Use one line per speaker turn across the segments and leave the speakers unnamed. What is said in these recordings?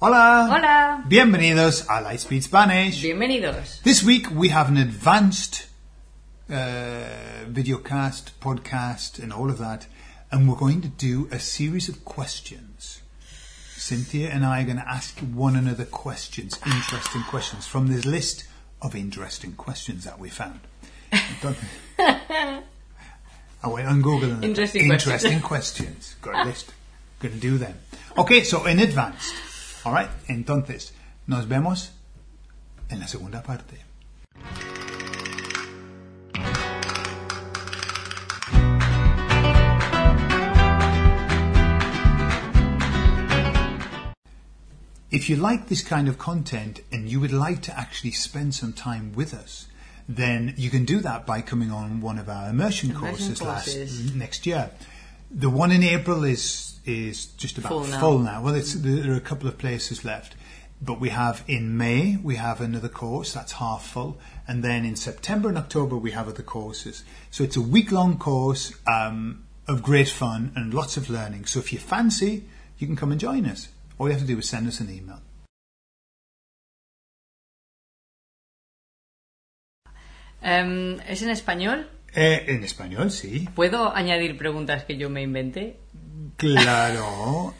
Hola.
Hola.
Bienvenidos a Lightspeed Spanish.
Bienvenidos.
This week we have an advanced uh, videocast, podcast, and all of that, and we're going to do a series of questions. Cynthia and I are going to ask one another questions, interesting questions from this list of interesting questions that we found. Don't- Oh, I went on Google and
Interesting
interesting questions. Got a list. Going to do them. Okay, so in advance. All right. Entonces, nos vemos en la segunda parte. If you like this kind of content and you would like to actually spend some time with us, then you can do that by coming on one of our immersion,
Immersion
courses,
courses.
last next year. The one in April is is just about
Full now.
full now. Well, it's, there are a couple of places left, but we have in May we have another course that's half full, and then in September and October we have other courses. So it's a week long course um, of great fun and lots of learning. So if you fancy, you can come and join us. All you have to do is send us an email.
Em, ¿Es en español?
Eh, en español, sí.
¿Puedo añadir preguntas que yo me inventé?
Claro.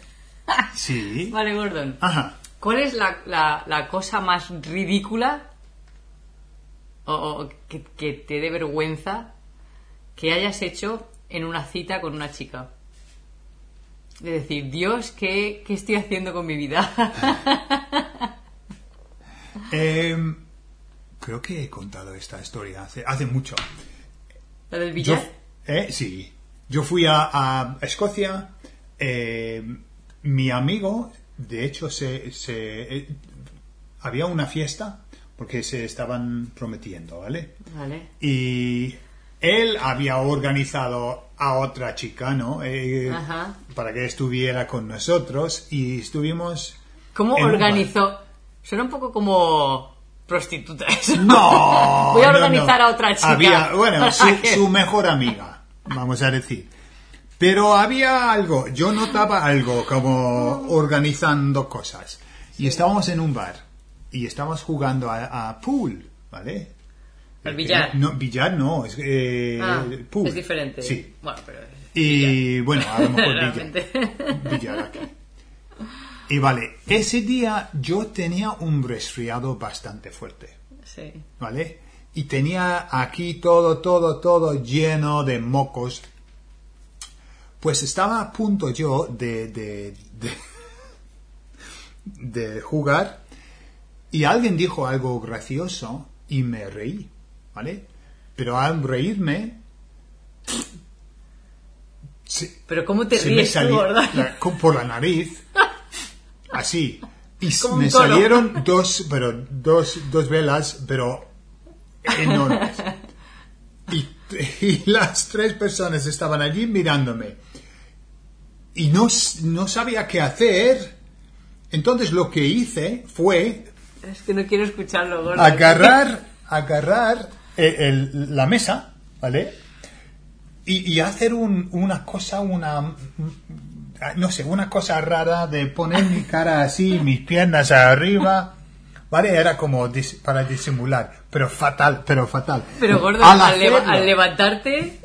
Sí.
Vale, Gordon.
Ajá.
¿Cuál es la, la- la cosa más ridícula o, o que, que te dé vergüenza que hayas hecho en una cita con una chica? De decir, Dios, ¿qué, qué estoy haciendo con mi vida?
Em, creo que he contado esta historia hace, hace mucho.
¿La del
Yo,
billar?
eh, sí. Yo fui a, a Escocia. eh, mi amigo, de hecho, se, se- eh, había una fiesta porque se estaban prometiendo, ¿vale?
Vale.
Y él había organizado a otra chica, ¿no? Eh,
Ajá.
Para que estuviera con nosotros y estuvimos...
¿Cómo
en un bar.
organizó? Suena un poco como prostituta eso.
No.
Voy a
no,
organizar
no.
a otra chica.
Había, bueno,
Para
su,
que-
su mejor amiga, vamos a decir. Pero había algo, yo notaba algo como organizando cosas. Y estábamos en un bar y estábamos jugando a, a pool, ¿vale?
Al billar.
No, billar no, es eh,
Ah,
pool.
es diferente.
Sí.
Bueno, pero...
Y bueno, a lo mejor
Realmente.
billar. Billar aquí. Y vale, ese día yo tenía un resfriado bastante fuerte.
Sí.
¿vale? Y tenía aquí todo, todo, todo lleno de mocos. Pues estaba a punto yo de, de, de, de jugar y alguien dijo algo gracioso y me reí, ¿vale? Pero al reírme se-
Pero ¿cómo te
se me
ríes tú,
salió
verdad?
la- con- por la nariz así y s-
Como un
me
toro.
salieron dos pero dos dos velas pero enormes y, y las tres personas estaban allí mirándome y no, s- no sabía qué hacer entonces lo que hice fue
Es que no quiero escucharlo, gordo.
agarrar, agarrar eh, el- la mesa, ¿vale? Y, y hacer un- una cosa, una, no sé, una cosa rara de poner mi cara así, mis piernas arriba, ¿vale? Era como dis- para disimular, pero fatal, pero fatal.
Pero, gordo,
Al
al, leva-
hacerlo-
al levantarte...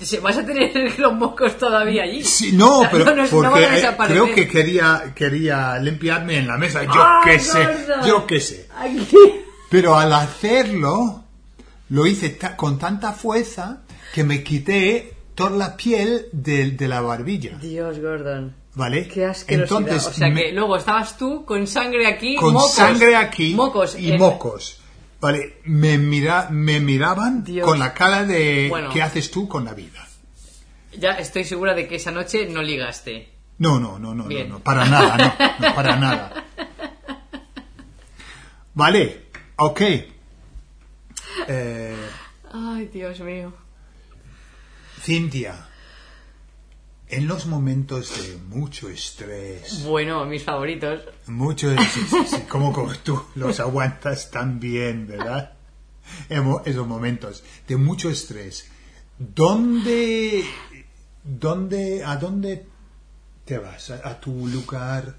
se- Vas a tener los mocos todavía allí.
Sí, no,
O sea,
pero
nos- no van
porque
a
eh,
desaparecer.
creo que quería, quería limpiarme en la mesa, yo
¡Ah,
qué sé,
gordo!
yo qué sé.
Ay,
Pero al hacerlo, lo hice ta- con tanta fuerza que me quité toda la piel de, de la barbilla.
Dios, Gordon.
¿Vale?
Qué asquerosidad.
Entonces,
o sea
me-
que luego estabas tú con sangre aquí,
con
mocos,
sangre aquí
mocos Eh,
y
en-
mocos. ¿Vale? Me, mira, me miraban
Dios.
con la cara de
Bueno.
¿qué haces tú con la vida?
Ya estoy segura de que esa noche no ligaste.
No, no, no, no, no,
Bien.
no, para nada, no, no, para nada. Vale, ok. Eh,
Ay, Dios mío.
Cintia, en los momentos de mucho estrés,
Bueno, mis favoritos.
mucho estrés, como, como tú los aguantas tan bien, ¿verdad? Emo- Esos momentos de mucho estrés, ¿dónde, dónde, a dónde te vas? ¿A, a tu lugar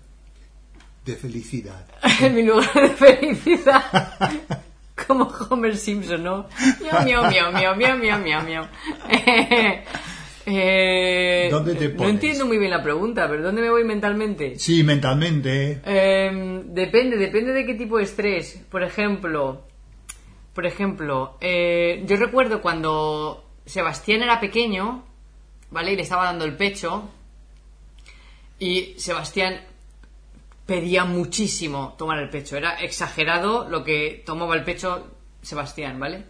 de felicidad.
en mi lugar de felicidad. Como Homer Simpson, ¿no? Miau, miau, miau, miau, miau, miau, miau, miau. Eh, eh,
¿Dónde te
no
pones?
entiendo muy bien la pregunta, pero ¿dónde me voy mentalmente?
Sí, mentalmente.
Eh, depende, depende de qué tipo de estrés. Por ejemplo, por ejemplo, eh, yo recuerdo cuando Sebastián era pequeño, ¿vale? Y le estaba dando el pecho. Y Sebastián pedía muchísimo tomar el pecho. Era exagerado lo que tomaba el pecho Sebastián, ¿vale?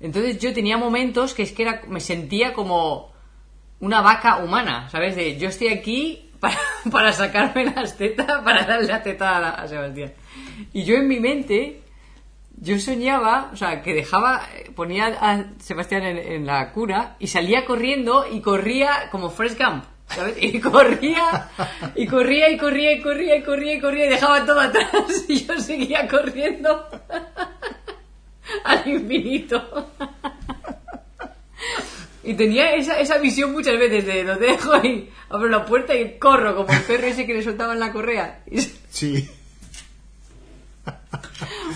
Entonces yo tenía momentos que es que era, me sentía como una vaca humana, ¿sabes? De yo estoy aquí para, para sacarme las tetas, para darle la teta a, a Sebastián. Y yo en mi mente, yo soñaba, o sea, que dejaba, eh, ponía a Sebastián en, en la cura y salía corriendo y corría como Fresh Camp. ¿Sabes? Y corría, y corría, y corría, y corría, y corría, y corría, y dejaba todo atrás, y yo seguía corriendo al infinito. Y tenía esa, esa visión muchas veces de lo dejo y abro la puerta y corro como el perro ese que le soltaban la correa. Y s-
Sí.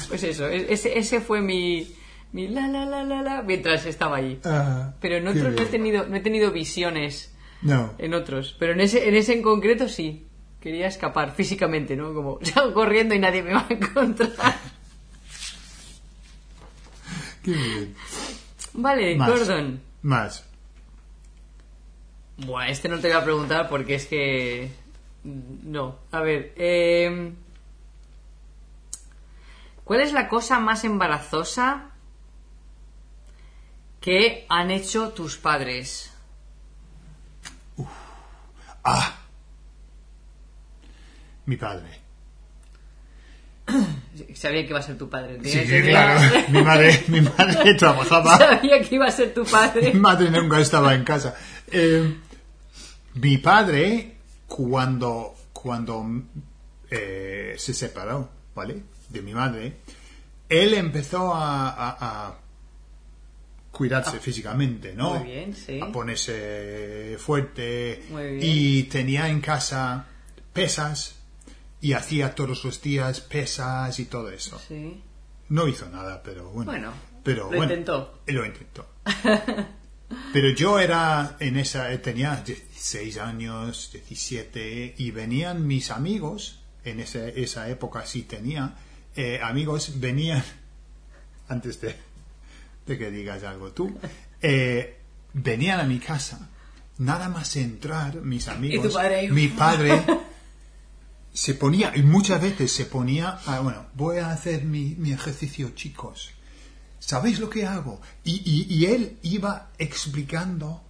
Pues eso, e- ese, ese fue mi, mi la la la la la mientras estaba allí.
Ah,
Pero en
qué
otros no he
bien.
tenido, no he tenido visiones
No.
en otros. Pero en ese, en ese en concreto sí. Quería escapar físicamente, ¿no? Como salgo corriendo y nadie me va a encontrar.
Qué bien.
Vale,
Más.
Gordon.
Más.
Buah, este no te voy a preguntar porque es que. No. A ver. eh, ¿Cuál es la cosa más embarazosa que han hecho tus padres?
Ah. Mi padre.
Sabía que iba a ser tu padre.
Sí,
Tenía- tenía-
claro. Mi madre, mi madre trabajaba.
Sabía que iba a ser tu padre.
Mi madre nunca estaba en casa. Eh, mi padre, cuando, cuando eh, se separó, ¿vale? De mi madre, él empezó a, a- a cuidarse físicamente, ¿no?
Ah.
Ah, pues
Muy bien, sí.
A ponerse eh, fuerte.
Muy bien.
Y tenía en casa pesas y hacía todos los días pesas y todo eso.
Sí.
No hizo nada, pero bueno.
Bueno,
pero
lo
bueno,
intentó.
Lo intentó. pero yo era en esa, eh, tenía 16 años, 17, y venían mis amigos, en esa, esa época sí tenía, eh, amigos venían, antes de, de que digas algo tú, eh, venían a mi casa. Nada más entrar, mis amigos,
padre?
mi padre se ponía, y muchas veces se ponía, ah, bueno, voy a hacer mi, mi ejercicio, chicos. ¿Sabéis lo que hago? Y, y- y él iba explicando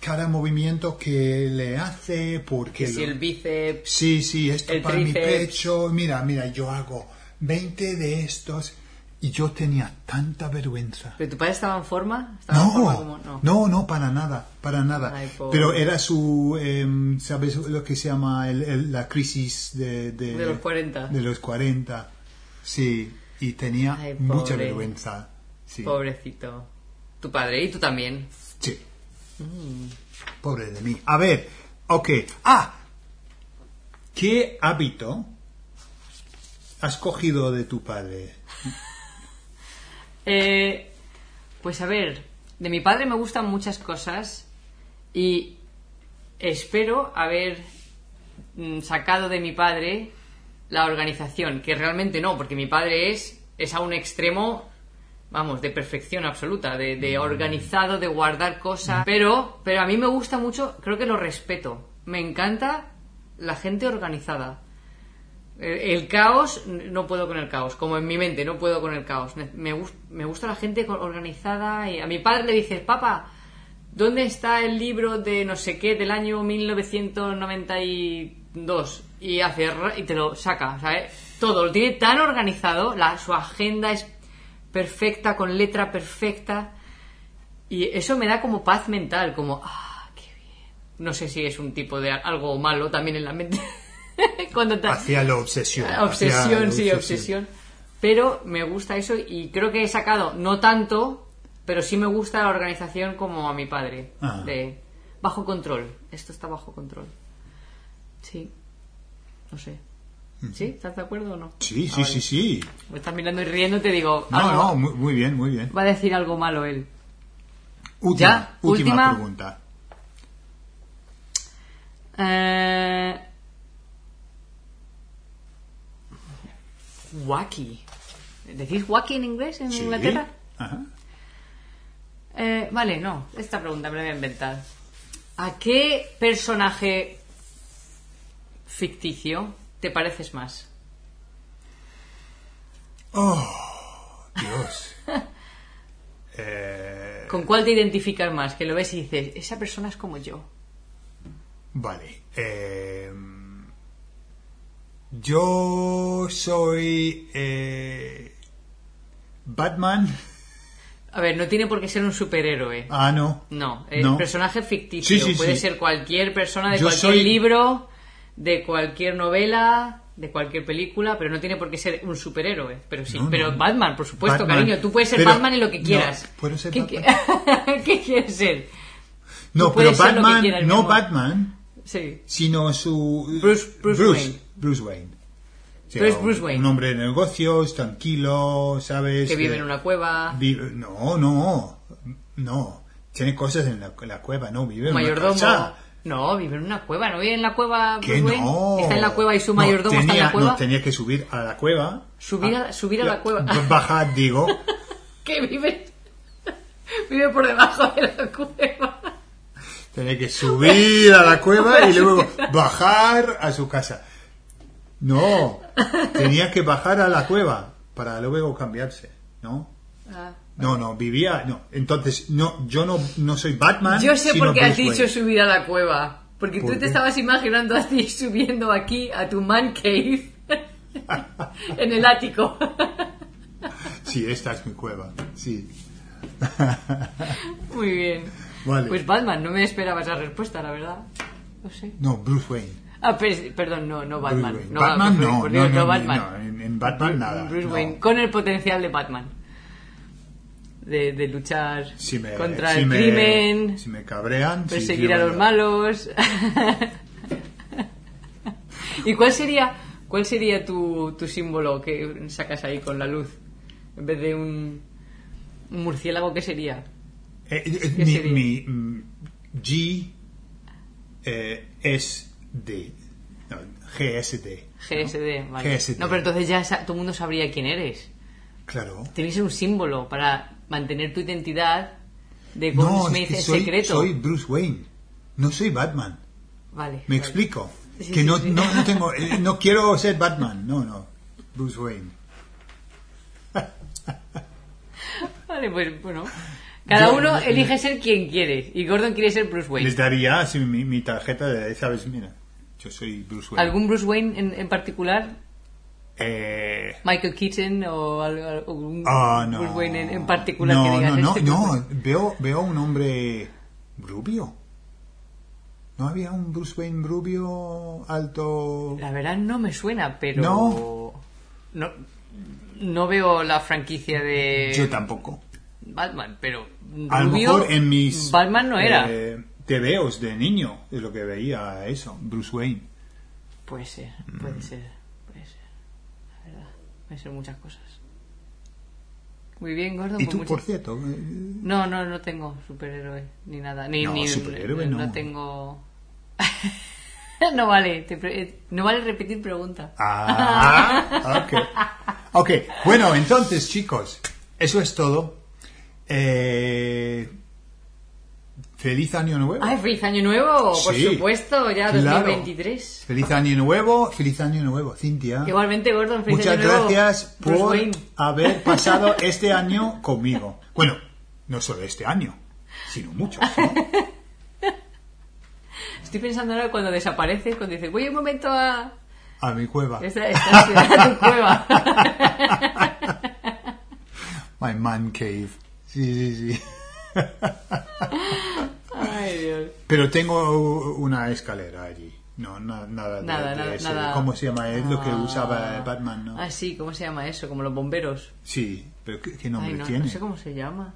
cada movimiento que le hace, porque...
Que si
lo-
el bíceps.
Sí, sí, esto
el
para mi
tríceps.
pecho, mira, mira, yo hago 20 de estos. Y yo tenía tanta vergüenza.
¿Pero tu padre estaba en forma? ¿Estaba en forma como-
No,
no.
no, no, para nada, para nada.
Ay, pobre.
Pero era su, em, ¿sabes lo que se llama el- el- la crisis de, de,
De los 40.
De los 40, sí. Y tenía
Ay,
mucha
pobre.
vergüenza. Sí.
Pobrecito. Tu padre y tú también.
Sí. Pobre de mí. A ver, ok. Ah, ¿qué hábito has cogido de tu padre?
Eh, pues a ver, de mi padre me gustan muchas cosas y espero haber mm, sacado de mi padre la organización, que realmente no, porque mi padre es, es a un extremo, vamos, de perfección absoluta, de, de organizado, de guardar cosas, pero, pero a mí me gusta mucho, creo que lo respeto, me encanta la gente organizada. Eh, El caos, n- no puedo con el caos, como en mi mente, no puedo con el caos. Ne- Me, gus- me gusta la gente co- organizada y a mi padre le dices, papá, ¿dónde está el libro de no sé qué del año 1992? Y, hace, ra- y te lo saca, ¿sabes? Todo, lo tiene tan organizado, la, su agenda es perfecta, con letra perfecta, y eso me da como paz mental, como, ah, qué bien. No sé si es un tipo de al- algo malo también en la mente. Cuando ta-
Hacia la obsesión. hacia la
Obsesión, sí, obsesión. Pero me gusta eso y creo que he sacado, no tanto, pero sí me gusta la organización como a mi padre.
Ah.
De bajo control. Esto está bajo control. Sí. No sé. ¿Sí? ¿Estás de acuerdo o no?
Sí,
Ah,
sí,
vale.
sí, sí.
Me estás mirando y riendo y te digo.
No,
algo-
no, muy, muy bien, muy bien.
Va a decir algo malo él.
Última,
¿Ya?
última,
Última.
pregunta.
Eh... Wacky. ¿Decís wacky en inglés en
Sí.
Inglaterra?
Ajá.
Eh, vale, no. Esta pregunta me la voy a inventar. ¿A qué personaje ficticio te pareces más?
Oh, Dios. Eh,
¿Con cuál te identificas más? Que lo ves y dices, esa persona es como yo.
vale. eh, yo soy eh, Batman.
A ver, no tiene por qué ser un superhéroe.
Ah, no.
No, el
No.
personaje ficticio.
Sí, sí,
Puede
sí.
ser cualquier persona de
Yo
cualquier
soy-
libro, de cualquier novela, de cualquier película, pero no tiene por qué ser un superhéroe. Pero sí,
No, no.
pero Batman, por supuesto,
Batman.
cariño. Tú puedes ser
Pero-
Batman en lo que
no,
quieras.
¿puedo ser
¿Qué, qui- ¿Qué quieres ser?
No, pero
Tú puedes ser lo que
Batman,
quieras, mi
no
amor.
Batman,
Sí.
sino su...
Bruce- Bruce Wayne.
Bruce Wayne. O sea,
Pero es Bruce Wayne.
Un hombre de negocios, tranquilo, ¿sabes?
Que vive en una cueva.
Vive- no, no, no. Tiene cosas en la, en la cueva, no vive en
mayordomo.
una casa.
No, vive en una cueva. ¿No vive en la cueva?
Que
Bruce Wayne?
no.
Pues Está en la cueva y su
No,
mayordomo está en
tenía-
la cueva.
No, tenía que subir a la cueva.
Subir a- subir a la cueva.
Bajar, digo.
Que vive... vive por debajo de la cueva.
Tenía que subir a la cueva y luego bajar a su casa. No, tenía que bajar a la cueva para luego cambiarse, ¿no?
Ah.
No, no, vivía, no. Entonces, no, yo no, no soy Batman.
Yo sé
sino
por qué has
Bruce
dicho
Wayne.
subir a la cueva. Porque
¿Por
tú te
qué?
estabas imaginando a ti subiendo aquí a tu man cave en el ático.
Sí, esta es mi cueva, sí.
Muy bien.
Vale.
Pues Batman, no me esperaba esa respuesta, la verdad. No sé.
No, Bruce Wayne.
Ah, per- perdón, no, no Batman.
Bruce Wayne.
No,
Batman
por-
no,
por
no,
Dios,
no,
no
no,
Batman.
no, en, en Batman nada.
Bruce
no.
Wayne, con el potencial de Batman. De, de luchar
Si me-
contra
si
el
me-
crimen,
Si me cabrean. sí,
perseguir
digo
a los
yo.
malos. ¿Y cuál sería, cuál sería tu, tu símbolo que sacas ahí con la luz? En vez de un, un murciélago, ¿qué sería?
Eh, eh,
¿Qué
mi,
sería?
mi, mm, G eh, S D. No, GSD.
GSD, vale.
GSD.
No, pero entonces ya sa- todo el mundo sabría quién eres.
Claro.
Tienes un símbolo para mantener tu identidad de Gordon
No,
Smith
es que
en
soy,
secreto.
soy Bruce Wayne. No soy Batman.
Vale.
Me
vale.
explico.
Sí,
que
sí,
no,
sí.
No, no tengo, eh, no quiero ser Batman. No, no. Bruce Wayne.
Vale, pues bueno. Cada
Yo-
uno
yo-
elige ser quien quiere. Y Gordon quiere ser Bruce Wayne.
Les daría así mi, mi tarjeta de, sabes, mira, yo soy Bruce Wayne.
¿Algún Bruce Wayne en, en particular?
Eh,
¿Michael Keaton o al- algún
Ah, no.
Bruce Wayne en, en particular
no,
que digas
no, no,
este Bruce
no.
Wayne"?
Veo, veo un hombre rubio. ¿No había un Bruce Wayne rubio alto?
La verdad no me suena, pero.
No.
No, no veo la franquicia de
Yo tampoco.
Batman, pero.
A lo
rubio,
mejor en mis
Batman no era.
eh, tebeos de niño es lo que veía eso, Bruce Wayne.
Puede ser, puede
Mm.
ser, puede ser. La verdad, puede ser muchas cosas. Muy bien, Gordon.
Y
pues
tú,
muchas-
por cierto, eh,
No, no, no tengo superhéroe ni nada. Ni,
No,
ni-
superhéroe no.
tengo. no vale, te pre- eh, no vale repetir pregunta.
Ah, ok. Ok, bueno, entonces, chicos, eso es todo. Eh, feliz año nuevo.
¡Ay, feliz año nuevo! Por
Sí,
supuesto, ya
claro.
2023.
Feliz año nuevo, feliz año nuevo, Cintia.
Igualmente, Gordon, feliz
Muchas
año nuevo.
gracias
Bruce
por
Wayne.
haber pasado este año conmigo. Bueno, no solo este año, sino muchos. ¿no?
Estoy pensando ahora cuando desapareces, cuando dices, voy un momento a.
A mi cueva.
Esa, esa será tu cueva.
My man cave. Sí, sí, sí.
Ay, Dios.
Pero tengo una escalera allí. No, na- nada, de-
Nada,
de
nada,
ese-
nada.
¿Cómo se llama? Es lo que
Ah.
usaba eh, Batman, ¿no?
Ah, sí, ¿cómo se llama eso? Como los bomberos.
Sí, pero ¿qué, qué nombre
Ay, no,
tiene?
no sé cómo se llama.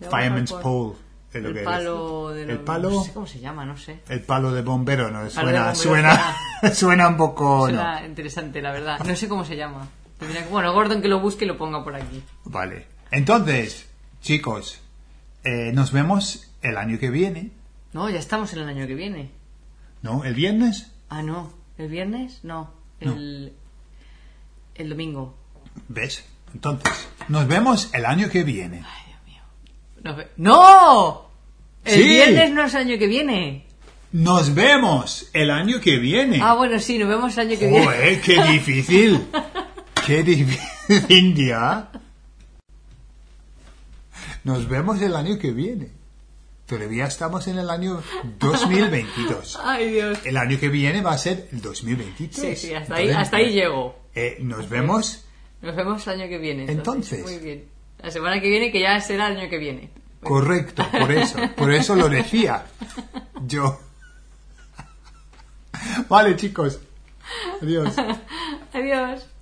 Le vamos a
Fireman's
pon-
Pole. es lo
el
que es.
palo de
El
los-
palo.
No sé cómo se llama, no sé.
El palo de bombero, no,
Palo de
suena,
bombero
suena, suena un poco, Oh, no.
Suena interesante, la verdad. No sé cómo se llama. Tendría que- Bueno, Gordon que lo busque y lo ponga por aquí.
Vale. Entonces, chicos, eh, nos vemos el año que viene,
No, ya estamos en el año que viene.
¿no? El viernes,
Ah, no. ¿El viernes? No.
No.
El, el domingo.
¿ves? Entonces, nos vemos el año que viene.
Ay, Dios mío. Nos ve- ¡No! El
Sí.
viernes no es el año que viene.
Nos vemos el año que viene.
Ah, bueno, sí, nos vemos el año que viene.
Joder, qué difícil. qué difícil, India. Nos vemos el año que viene. Todavía estamos en el año 2022.
Ay, Dios.
El año que viene va a ser el 2023.
Sí, sí, hasta ahí,
Entonces,
hasta ahí llego.
eh, nos vemos
Nos vemos el año que viene.
Entonces.
Muy bien. La semana que viene, que ya será el año que viene.
Correcto, por eso, por eso lo decía yo. Vale, chicos. Adiós.
Adiós.